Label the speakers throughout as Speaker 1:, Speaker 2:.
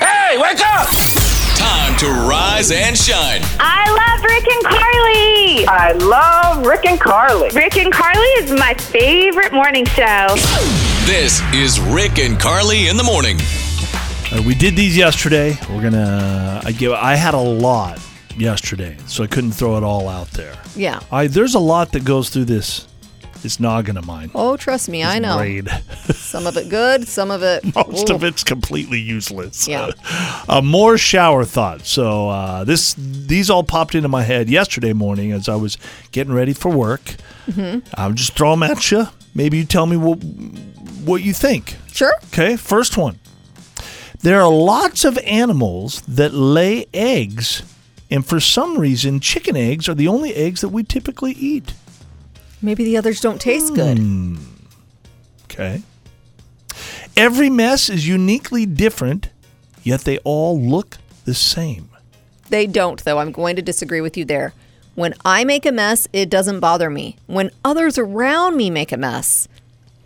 Speaker 1: Hey, wake up!
Speaker 2: Time to rise and shine.
Speaker 3: I love Rick and Carly.
Speaker 4: I love Rick and Carly.
Speaker 3: Rick and Carly is my favorite morning show.
Speaker 2: This is Rick and Carly in the morning.
Speaker 5: Uh, we did these yesterday. We're gonna. I give. I had a lot yesterday, so I couldn't throw it all out there.
Speaker 6: Yeah.
Speaker 5: I there's a lot that goes through this. It's noggin of mine.
Speaker 6: Oh, trust me, I know.
Speaker 5: Brain.
Speaker 6: Some of it good, some of it.
Speaker 5: Most
Speaker 6: Ooh.
Speaker 5: of it's completely useless.
Speaker 6: Yeah.
Speaker 5: Uh, more shower thoughts. So uh, this these all popped into my head yesterday morning as I was getting ready for work.
Speaker 6: Mm-hmm.
Speaker 5: I'll just throw them at you. Maybe you tell me what what you think.
Speaker 6: Sure.
Speaker 5: Okay, first one. There are lots of animals that lay eggs, and for some reason, chicken eggs are the only eggs that we typically eat.
Speaker 6: Maybe the others don't
Speaker 5: Hmm.
Speaker 6: taste good.
Speaker 5: Okay. Every mess is uniquely different, yet they all look the same.
Speaker 6: They don't, though. I'm going to disagree with you there. When I make a mess, it doesn't bother me. When others around me make a mess,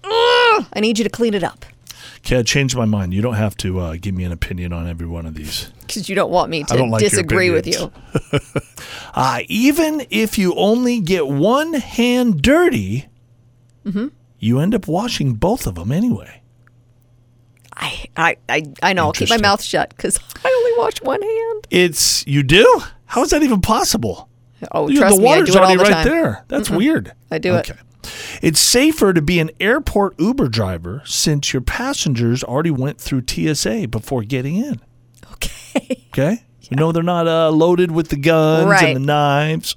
Speaker 6: ugh, I need you to clean it up
Speaker 5: Okay, I changed my mind. You don't have to uh, give me an opinion on every one of these.
Speaker 6: because you don't want me
Speaker 5: I
Speaker 6: to
Speaker 5: don't like your
Speaker 6: disagree with you.
Speaker 5: opinions. Uh, even if you only get one hand dirty, you end up washing both of them anyway.
Speaker 6: I, I, I, I know. I'll keep my
Speaker 5: Interesting.
Speaker 6: mouth shut because I only wash one hand.
Speaker 5: It's you do? How is that even possible?
Speaker 6: Oh,
Speaker 5: Dude,
Speaker 6: trust
Speaker 5: the
Speaker 6: me, I do
Speaker 5: water's
Speaker 6: it all
Speaker 5: already
Speaker 6: the
Speaker 5: right
Speaker 6: time.
Speaker 5: there. That's weird.
Speaker 6: I do it.
Speaker 5: okay. It's safer to be an airport Uber driver since your passengers already went through TSA before getting in.
Speaker 6: Okay.
Speaker 5: Okay? You know they're not uh, loaded with the guns
Speaker 6: Right.
Speaker 5: and the knives.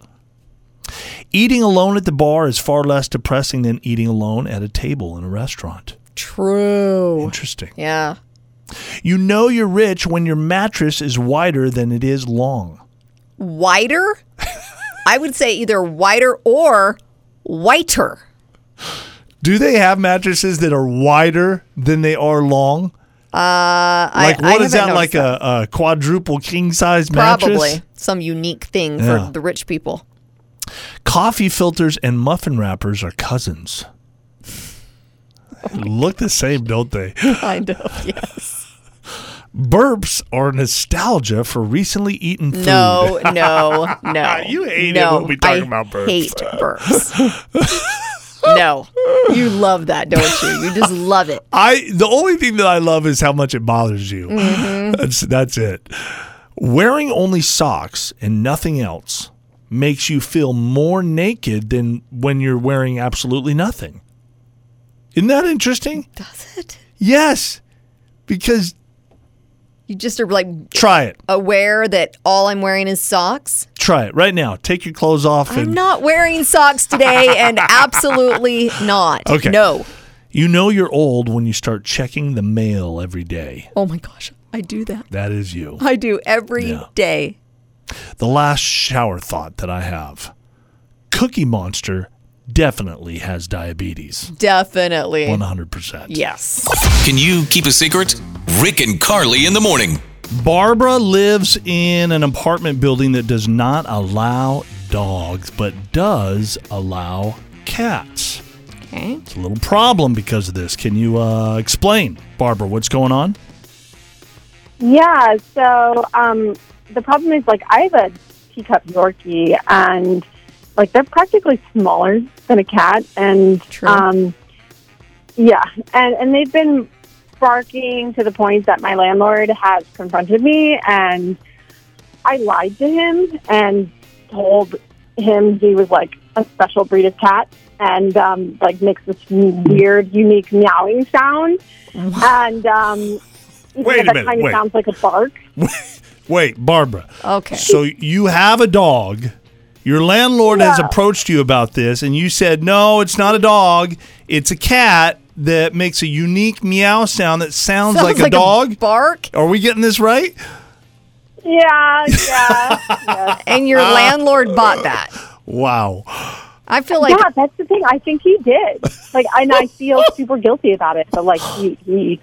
Speaker 5: Eating alone at the bar is far less depressing than eating alone at a table in a restaurant.
Speaker 6: True.
Speaker 5: Interesting.
Speaker 6: Yeah.
Speaker 5: You know you're rich when your mattress is wider than it is long.
Speaker 6: Whiter? I would say either whiter or whiter.
Speaker 5: Do they have mattresses that are wider than they are long?
Speaker 6: Uh,
Speaker 5: Like,
Speaker 6: I,
Speaker 5: what
Speaker 6: I
Speaker 5: is
Speaker 6: haven't
Speaker 5: that? Like
Speaker 6: noticed that.
Speaker 5: A, a quadruple king size mattress?
Speaker 6: probably some unique thing
Speaker 5: Yeah.
Speaker 6: for the rich people.
Speaker 5: Coffee filters and muffin wrappers are cousins. Look the same, don't they?
Speaker 6: Kind of. Yes.
Speaker 5: Burps are nostalgia for recently eaten food.
Speaker 6: No. No. No.
Speaker 5: Ah, You hate it
Speaker 6: no,
Speaker 5: when we talk
Speaker 6: I
Speaker 5: about burps.
Speaker 6: Hate burps. no, you love that, don't you? You just love it.
Speaker 5: I the only thing that I love is how much it bothers you. That's that's it. Wearing only socks and nothing else makes you feel more naked than when you're wearing absolutely nothing. Isn't that interesting?
Speaker 6: Does it?
Speaker 5: Yes. Because
Speaker 6: You just are like
Speaker 5: try it.
Speaker 6: aware that all I'm wearing is socks.
Speaker 5: Try it right now. Take your clothes off and
Speaker 6: I'm not wearing socks today, and absolutely not.
Speaker 5: Okay.
Speaker 6: No.
Speaker 5: you know you're old when you start checking the mail every day.
Speaker 6: Oh my gosh, I do that.
Speaker 5: That is you.
Speaker 6: I do every day.
Speaker 5: Yeah. The last shower thought that I have. Cookie Monster definitely has diabetes.
Speaker 6: Definitely.
Speaker 5: 100%.
Speaker 6: Yes.
Speaker 2: Can you keep a secret? Rick and Carly in the morning.
Speaker 5: Barbara lives in an apartment building that does not allow dogs, but does allow cats.
Speaker 6: Okay.
Speaker 5: It's a little problem because of this. Can you uh, explain, Barbara, what's going on?
Speaker 7: Yeah, so um, the problem is like I have a teacup Yorkie, and like they're practically smaller than a cat, and
Speaker 6: True.
Speaker 7: um, yeah, and and they've been barking to the point that my landlord has confronted me, and I lied to him and told him he was like a special breed of cat and um, like makes this weird, unique meowing sound, and um,
Speaker 5: Wait a
Speaker 7: that
Speaker 5: minute,
Speaker 7: kind
Speaker 5: wait.
Speaker 7: of sounds like a bark.
Speaker 5: Wait, Barbara.
Speaker 6: Okay.
Speaker 5: So you have a dog. Your landlord has approached you about this, and you said, no, it's not a dog. It's a cat that makes a unique meow sound that sounds,
Speaker 6: Sounds
Speaker 5: like, a dog.
Speaker 6: bark,
Speaker 5: Are we getting this right?
Speaker 7: Yeah, yeah. yes.
Speaker 6: and your landlord bought that.
Speaker 5: Wow.
Speaker 6: I feel like
Speaker 7: yeah, that's the thing. I think he did. Like, and I feel super guilty about it. But like, he, he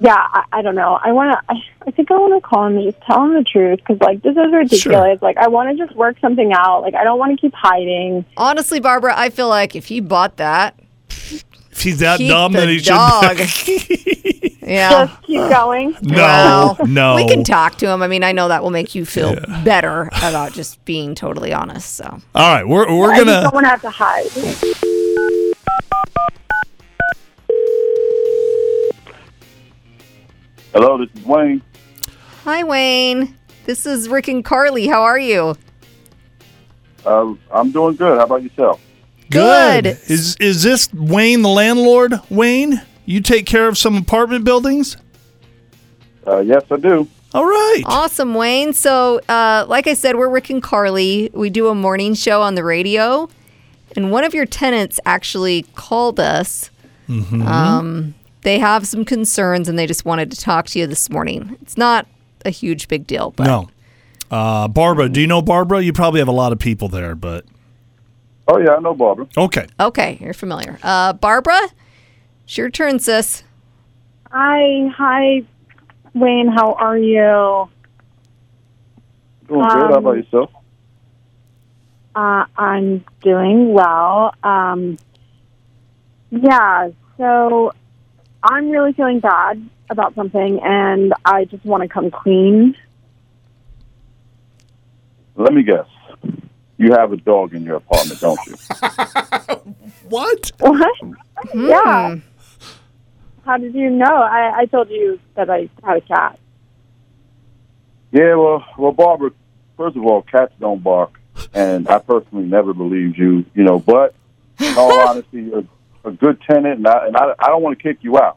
Speaker 7: yeah, I, I don't know. I want to. I, I think I want to call him and just tell him the truth because like this is ridiculous. Like, I want to just work something out. Like, I don't want to keep hiding.
Speaker 6: honestly, Barbara, I feel like if he bought that,
Speaker 5: If he's that
Speaker 6: keep
Speaker 5: dumb,
Speaker 6: the
Speaker 5: then he
Speaker 6: dog.
Speaker 5: should.
Speaker 6: Yeah.
Speaker 7: Just keep going.
Speaker 5: No,
Speaker 6: Well,
Speaker 5: no.
Speaker 6: We can talk to him. I mean, I know that will make you feel better about just being totally honest. So
Speaker 5: All right, we're we're
Speaker 7: I
Speaker 5: gonna.
Speaker 7: just don't want to have to hide.
Speaker 1: Hello, this is Wayne.
Speaker 6: Hi, Wayne. This is Rick and Carly. How are you?
Speaker 1: Uh, I'm doing good. How about yourself?
Speaker 6: Good.
Speaker 5: Is is this Wayne the landlord? Wayne, you take care of some apartment buildings.
Speaker 1: Uh, yes, I do.
Speaker 5: All right.
Speaker 6: Awesome, Wayne. So, uh, like I said, we're Rick and Carly. We do a morning show on the radio, and one of your tenants actually called us. Um, they have some concerns, and they just wanted to talk to you this morning. It's not a huge big deal, but
Speaker 5: No. Uh, Barbara, do you know Barbara? You probably have a lot of people there, but
Speaker 1: Oh, yeah, I know Barbara.
Speaker 5: okay.
Speaker 6: okay, you're familiar. Uh, Barbara, it's your turn, sis.
Speaker 7: Hi, hi, Wayne. How are you?
Speaker 1: Doing good. How about yourself?
Speaker 7: Uh, I'm doing well. Um, yeah, so I'm really feeling bad about something, and I just want to come clean.
Speaker 1: Let me guess. You have a dog in your apartment, don't you?
Speaker 5: What?
Speaker 7: What? Yeah. How did you know? I, I told you that I had a cat.
Speaker 1: yeah, well, well, Barbara, first of all, cats don't bark, and I personally never believed you, you know, but in all honesty, you're a good tenant, and I, and I, I don't want to kick you out.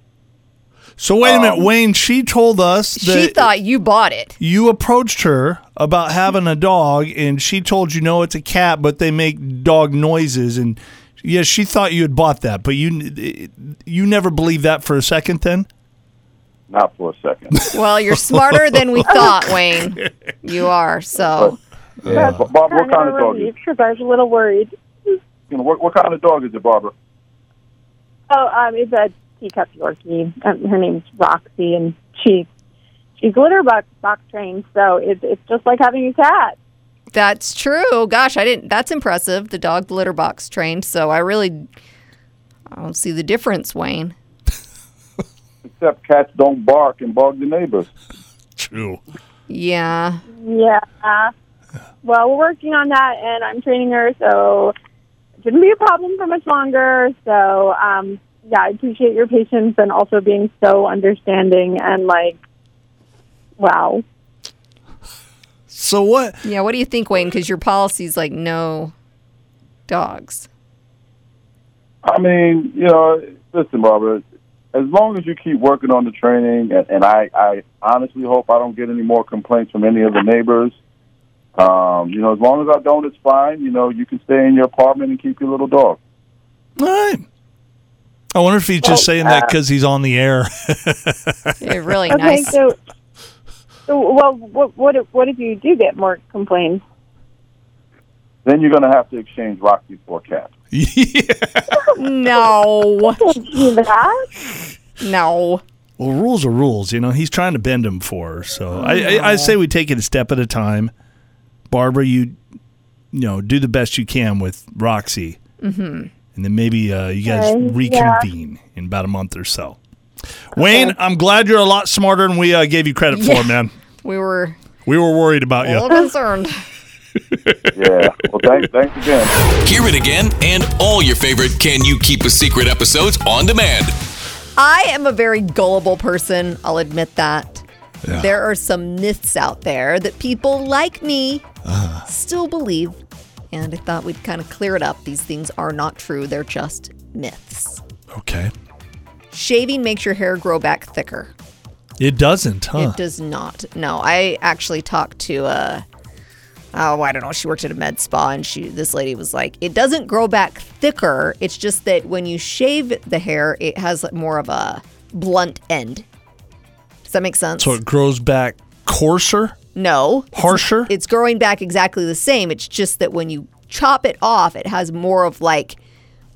Speaker 5: So wait a minute, Wayne. She told us that
Speaker 6: She thought you bought it.
Speaker 5: you approached her about having a dog, and she told you no, it's a cat, but they make dog noises, and yeah, she thought you had bought that, but you you never believed that for a second. Then
Speaker 1: Not for a second.
Speaker 6: Well, you're smarter than we thought, Wayne. You are. So,
Speaker 1: yeah. But Barbara, what kind of dog is
Speaker 7: Because I was a little worried.
Speaker 1: you know, what, what kind of dog is it, Barbara?
Speaker 7: Oh, um, it's a teacup Yorkie. Um, her name's Roxy, and she she's litter box box trained, so it's it's just like having a cat.
Speaker 6: That's true. Gosh, I didn't. That's impressive. The dog litter box trained. So I really, I don't see the difference, Wayne.
Speaker 1: Except cats don't bark and bog the neighbors.
Speaker 5: true.
Speaker 6: Yeah.
Speaker 7: Yeah. Well, we're working on that, and I'm training her, so it shouldn't be a problem for much longer. So, um, yeah, I appreciate your patience and also being so understanding and like, wow.
Speaker 5: So what?
Speaker 6: Yeah. What do you think, Wayne? Because your policy's like no dogs.
Speaker 1: I mean, you know, listen, Barbara. As long as you keep working on the training, and, and I, I honestly hope I don't get any more complaints from any of the neighbors. Um, you know, as long as I don't, it's fine. You know, you can stay in your apartment and keep your little dog.
Speaker 5: All right. I wonder if he's just saying
Speaker 6: uh,
Speaker 5: that because he's on the air.
Speaker 6: Yeah, really
Speaker 7: Okay,
Speaker 6: nice.
Speaker 7: so, so well, what what if, what if you do get more complaints?
Speaker 1: Then you're going to have to exchange Roxy for a cat.
Speaker 6: No.
Speaker 7: Do that?
Speaker 6: No.
Speaker 5: Well, rules are rules. You know, he's trying to bend them for her. So I, I, I say we take it a step at a time. Barbara, you, you know, do the best you can with Roxy. Mm-hmm. And then maybe uh, you guys
Speaker 7: Okay,
Speaker 5: reconvene in about a month or so. Wayne, I'm glad you're a lot smarter than we uh, gave you credit
Speaker 6: Yeah.
Speaker 5: for, man.
Speaker 6: We were
Speaker 5: We were worried about
Speaker 6: a
Speaker 5: you.
Speaker 6: little concerned.
Speaker 1: Yeah. well, thanks, thanks again.
Speaker 2: Hear it again and all your favorite Can You Keep a Secret episodes on demand.
Speaker 6: I am a very gullible person. I'll admit that. There are some myths out there that people like me still believe. And I thought we'd kind of clear it up. These things are not true, they're just myths.
Speaker 5: Okay.
Speaker 6: Shaving makes your hair grow back thicker.
Speaker 5: It doesn't, huh?
Speaker 6: It does not. No, I actually talked to a. Oh, I don't know. She worked at a med spa, and she this lady was like, "It doesn't grow back thicker. It's just that when you shave the hair, it has like, more of a blunt end." Does that make sense?
Speaker 5: so it grows back coarser,
Speaker 6: no,
Speaker 5: harsher.
Speaker 6: it's growing back exactly the same. It's just that when you chop it off, it has more of like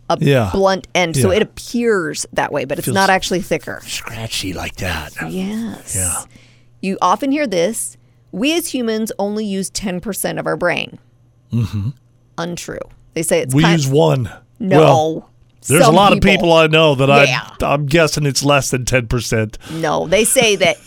Speaker 6: a
Speaker 5: Yeah.
Speaker 6: blunt end, so
Speaker 5: Yeah.
Speaker 6: it appears that way, but it's not actually thicker.
Speaker 5: Scratchy like that.
Speaker 6: Yes.
Speaker 5: Yeah.
Speaker 6: You often hear this. We as humans only use 10% of our brain. Mm-hmm. Untrue. They say it's
Speaker 5: We
Speaker 6: kind
Speaker 5: use one.
Speaker 6: no.
Speaker 5: Well, There's
Speaker 8: Some
Speaker 5: a lot of people I know that
Speaker 8: Yeah.
Speaker 5: I I'm guessing it's less than 10%.
Speaker 6: No, they say that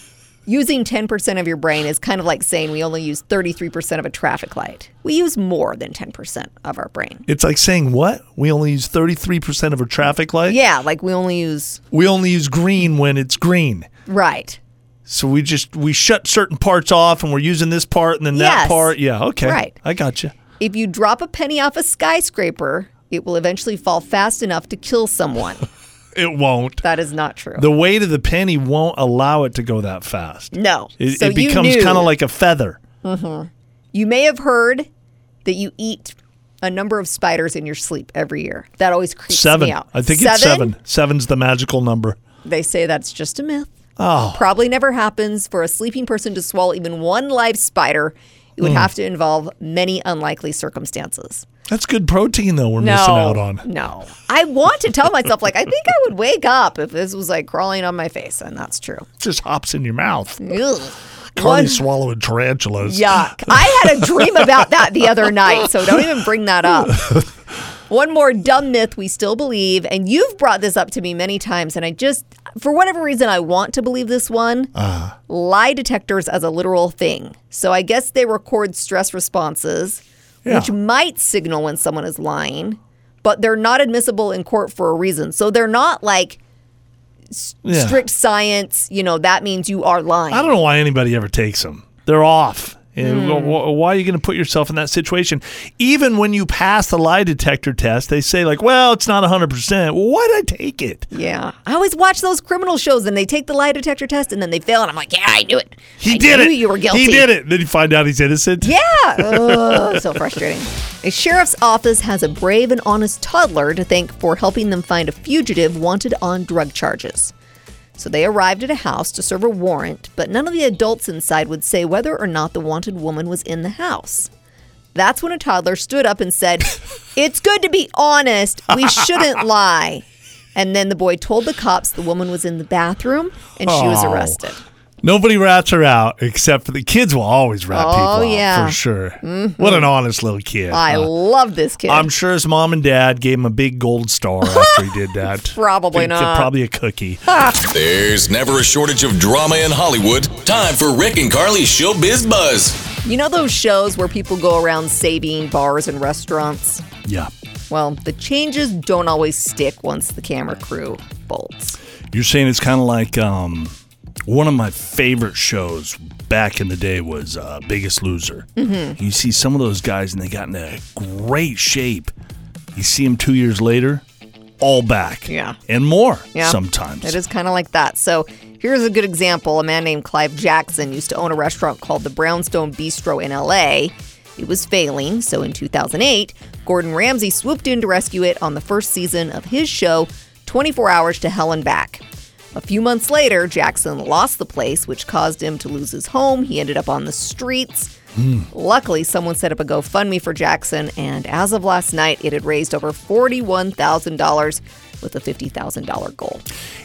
Speaker 6: using 10% of your brain is kind of like saying we only use 33% of a traffic light. We use more than 10% of our brain.
Speaker 5: It's like saying what? We only use 33% of our traffic light.
Speaker 6: Yeah, like we only use
Speaker 5: We only use green when it's green.
Speaker 6: right.
Speaker 5: So we just we shut certain parts off and we're using this part and then that
Speaker 6: Yes.
Speaker 5: part. Yeah, okay.
Speaker 6: Right.
Speaker 5: I got you.
Speaker 6: If you drop a penny off a skyscraper, it will eventually fall fast enough to kill someone.
Speaker 5: It won't.
Speaker 6: that is not true.
Speaker 5: The weight of the penny won't allow it to go that fast.
Speaker 6: no.
Speaker 5: It,
Speaker 6: so
Speaker 5: it becomes
Speaker 6: you knew-
Speaker 5: kind of like a feather.
Speaker 6: You may have heard that you eat a number of spiders in your sleep every year. That always creeps
Speaker 5: Seven.
Speaker 6: me out.
Speaker 5: I think it's seven. Seven's the magical number.
Speaker 6: They say that's just a myth.
Speaker 5: Oh.
Speaker 6: Probably never happens for a sleeping person to swallow even one live spider. It
Speaker 5: Hmm.
Speaker 6: would have to involve many unlikely circumstances.
Speaker 5: That's good protein though. We're missing out on.
Speaker 6: No. I want to tell myself, like, I think I would wake up if this was like crawling on my face, and that's true.
Speaker 5: Just hops in your mouth.
Speaker 6: Ugh.
Speaker 5: Carly
Speaker 6: One-
Speaker 5: swallowing tarantulas.
Speaker 6: Yuck. I had a dream about that the other night, so don't even bring that up. One more dumb myth we still believe, and you've brought this up to me many times, and I just, for whatever reason, I want to believe this one.
Speaker 5: Uh-huh.
Speaker 6: Lie detectors as a literal thing. So I guess they record stress responses,
Speaker 5: Yeah.
Speaker 6: which might signal when someone is lying, but they're not admissible in court for a reason. So they're not like
Speaker 5: Yeah.
Speaker 6: strict science, you know, that means you are lying.
Speaker 5: I don't know why anybody ever takes them. They're off. And
Speaker 6: Hmm.
Speaker 5: wh- wh- why are you going to put yourself in that situation? Even when you pass the lie detector test, they say like, "Well, it's not 100%." Well, why'd I take it?
Speaker 6: Yeah. I always watch those criminal shows and they take the lie detector test and then they fail and I'm like, yeah, I knew it.
Speaker 5: He
Speaker 6: I
Speaker 5: did
Speaker 6: knew
Speaker 5: it.
Speaker 6: You were guilty.
Speaker 5: He did it. Then you find out he's innocent.
Speaker 6: Yeah. Ugh, so frustrating. A sheriff's office has a brave and honest toddler to thank for helping them find a fugitive wanted on drug charges. So they arrived at a house to serve a warrant, but none of the adults inside would say whether or not the wanted woman was in the house. That's when a toddler stood up and said, It's good to be honest. We shouldn't lie. And then the boy told the cops the woman was in the bathroom and she was
Speaker 5: Oh.
Speaker 6: arrested.
Speaker 5: Nobody rats her out except for the kids will always rat
Speaker 6: Oh,
Speaker 5: people out
Speaker 6: yeah. Mm-hmm.
Speaker 5: for sure. What an honest little kid.
Speaker 6: I
Speaker 5: Uh,
Speaker 6: love this kid.
Speaker 5: I'm sure his mom and dad gave him a big gold star after he did that.
Speaker 6: Probably
Speaker 5: Think, uh,
Speaker 6: not.
Speaker 5: Probably a cookie.
Speaker 2: There's never a shortage of drama in Hollywood. Time for Rick and Carly's Showbiz Buzz.
Speaker 6: You know those shows where people go around saving bars and restaurants?
Speaker 5: yeah.
Speaker 6: Well, the changes don't always stick once the camera crew bolts.
Speaker 5: You're saying it's kind of like um, one of my favorite shows back in the day was uh, Biggest Loser. Mm-hmm. You see some of those guys and they got into great shape. You see them two years later, all back.
Speaker 6: Yeah.
Speaker 5: And more
Speaker 6: Yeah.
Speaker 5: sometimes.
Speaker 6: It is kind of like that. So here's a good example. A man named Clive Jackson used to own a restaurant called the Brownstone Bistro in LA. It was failing, so in 2008, Gordon Ramsay swooped in to rescue it on the first season of his show, 24 Hours to Hell and Back. A few months later, Jackson lost the place, which caused him to lose his home. He ended up on the streets. Luckily, someone set up a GoFundMe for Jackson, and as of last night, it had raised over $41,000 with a $50,000 goal.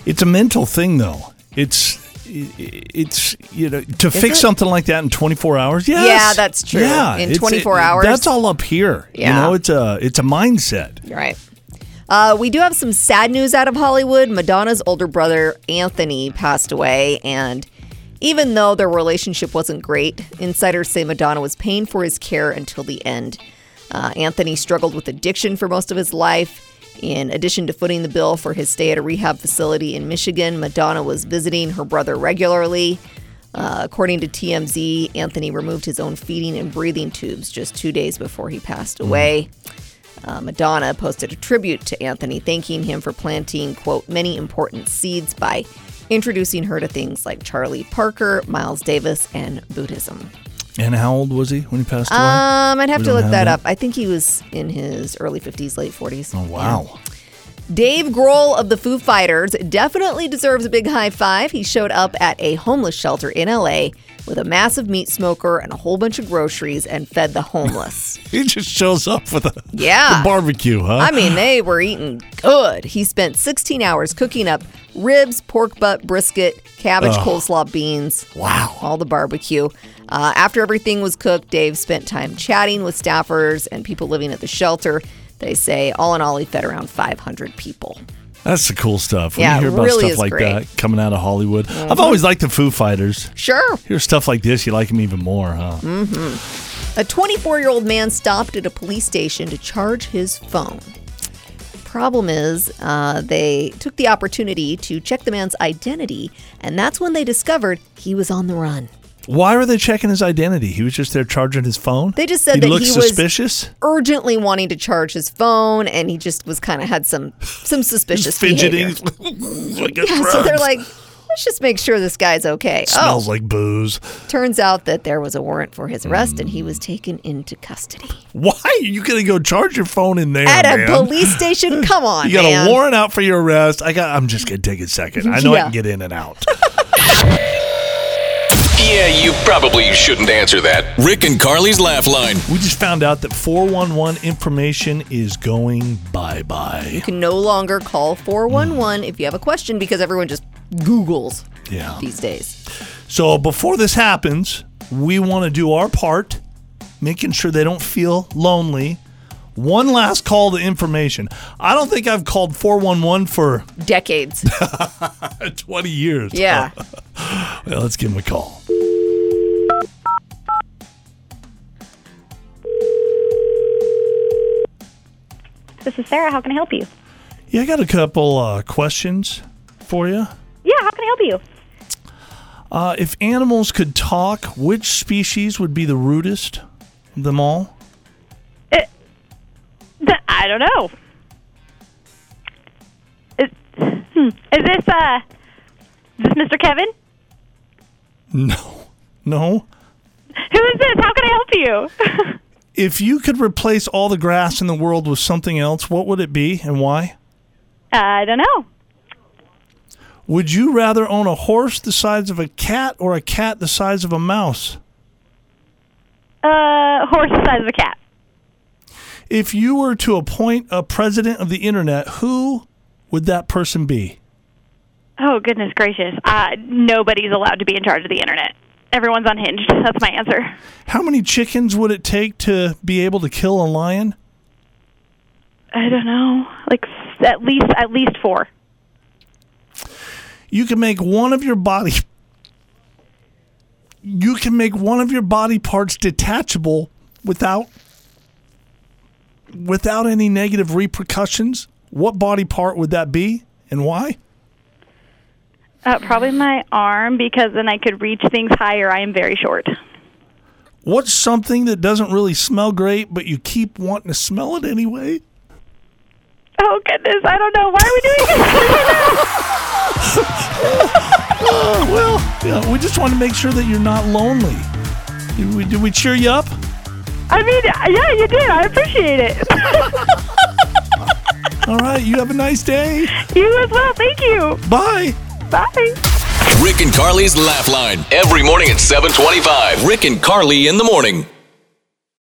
Speaker 5: It's a mental thing, though. It's it- it's you know to fix
Speaker 6: it?
Speaker 5: something like that in 24 hours. Yes.
Speaker 6: Yeah, that's true.
Speaker 5: Yeah,
Speaker 6: In
Speaker 5: it's-
Speaker 6: 24 hours.
Speaker 5: That's all up here.
Speaker 6: Yeah.
Speaker 5: You know, it's a it's a mindset.
Speaker 6: You're right. Uh, we do have some sad news out of Hollywood. Madonna's older brother, Anthony, passed away. And even though their relationship wasn't great, insiders say Madonna was paying for his care until the end. Uh, Anthony struggled with addiction for most of his life. In addition to footing the bill for his stay at a rehab facility in Michigan, Madonna was visiting her brother regularly. Uh, according to TMZ, Anthony removed his own feeding and breathing tubes just two days before he passed away. Uh, Madonna posted a tribute to Anthony, thanking him for planting, quote, many important seeds by introducing her to things like Charlie Parker, Miles Davis, and Buddhism.
Speaker 5: And how old was he when he passed away?
Speaker 6: Um, I'd have
Speaker 5: We
Speaker 6: to
Speaker 5: don't
Speaker 6: look
Speaker 5: have
Speaker 6: that
Speaker 5: that?
Speaker 6: up. I think he was in his early 50s, late 40s.
Speaker 5: oh, wow.
Speaker 6: Dave Grohl of the Foo Fighters definitely deserves a big high five. He showed up at a homeless shelter in LA with a massive meat smoker and a whole bunch of groceries and fed the homeless.
Speaker 5: He just shows up with a
Speaker 6: Yeah.
Speaker 5: the barbecue, huh?
Speaker 6: I mean, they were eating good. He spent 16 hours cooking up ribs, pork butt, brisket, cabbage, coleslaw, beans. Wow. All the barbecue. Uh, after everything was cooked, Dave spent time chatting with staffers and people living at the shelter. They say all in all, he fed around 500 people.
Speaker 5: That's the cool stuff. When
Speaker 6: Yeah,
Speaker 5: you
Speaker 6: it
Speaker 5: hear about
Speaker 6: really
Speaker 5: stuff
Speaker 6: is
Speaker 5: like
Speaker 6: great. Mm-hmm.
Speaker 5: that coming out of Hollywood, I've always liked the Foo Fighters.
Speaker 6: Sure.
Speaker 5: Hear stuff like this, you like them even more, huh?
Speaker 6: Mm. A 24 year old man stopped at a police station to charge his phone. Problem is, uh, they took the opportunity to check the man's identity, and that's when they discovered he was on the run.
Speaker 5: Why were they checking his identity? He was just there charging his phone.
Speaker 6: They just said
Speaker 5: he
Speaker 6: that
Speaker 5: looked
Speaker 6: he was-
Speaker 5: suspicious.
Speaker 6: Urgently wanting to charge his phone, and he just was kind of had some some suspicious
Speaker 5: fidgeting.
Speaker 6: behavior.
Speaker 5: like a
Speaker 6: Yeah, so they're
Speaker 5: drug.
Speaker 6: like, oh. let's just make sure this guy's okay.
Speaker 5: smells like booze.
Speaker 6: Turns out that there was a warrant for his arrest and he was taken into custody.
Speaker 5: Why are you gonna go charge your phone in there,
Speaker 6: At
Speaker 5: man?
Speaker 6: a police station? Come on.
Speaker 5: You got
Speaker 6: man.
Speaker 5: a warrant out for your arrest. I got. I'm just gonna take a second. I know I
Speaker 6: Yeah.
Speaker 5: can get in and out.
Speaker 2: Yeah, you probably shouldn't answer that. Rick and Carly's Laugh Line.
Speaker 5: we just found out that 411 information is going bye bye.
Speaker 6: You can no longer call 411 if you have a question because everyone just Googles
Speaker 5: Yeah.
Speaker 6: these days.
Speaker 5: So before this happens, we want to do our part, making sure they don't feel lonely. One last call to information. I don't think I've called 411 for
Speaker 6: Decades.
Speaker 5: 20 years.
Speaker 6: Yeah.
Speaker 5: Well, let's give him a call.
Speaker 3: This is Sarah. How can I help you?
Speaker 5: Yeah, I got a couple uh, questions for you.
Speaker 3: Yeah, how can I help you?
Speaker 5: Uh, if animals could talk, which species would be the rudest of them all?
Speaker 3: Th- I don't know. Is, hmm, is this uh, is this Mr. Kevin?
Speaker 5: No. No?
Speaker 3: Who is this? How can I help you?
Speaker 5: If you could replace all the grass in the world with something else, what would it be and why?
Speaker 3: Uh, I don't know.
Speaker 5: Would you rather own a horse the size of a cat or a cat the size of a mouse?
Speaker 3: Uh, horse the size of a cat.
Speaker 5: If you were to appoint a president of the internet, who would that person be?
Speaker 3: Oh goodness gracious! Uh, nobody's allowed to be in charge of the internet. Everyone's unhinged. That's my answer.
Speaker 5: How many chickens would it take to be able to kill a lion?
Speaker 3: I don't know. Like s- at least at least four.
Speaker 5: You can make one of your body You can make one of your body parts detachable without without any negative repercussions. What body part would that be and why?
Speaker 3: Uh, probably my arm because then I could reach things higher. I am very short.
Speaker 5: What's something that doesn't really smell great but you keep wanting to smell it anyway?
Speaker 3: Oh goodness! I don't know. Why are we doing this?
Speaker 5: Oh, well, yeah, we just want to make sure that you're not lonely. Did we, did we cheer you up?
Speaker 3: I mean, yeah, you did. I appreciate it.
Speaker 5: All right, you have a nice day.
Speaker 3: You as well. Thank you.
Speaker 5: Bye.
Speaker 3: Bye.
Speaker 2: Rick and Carly's Laugh Line. Every morning at 725. Rick and Carly in the morning.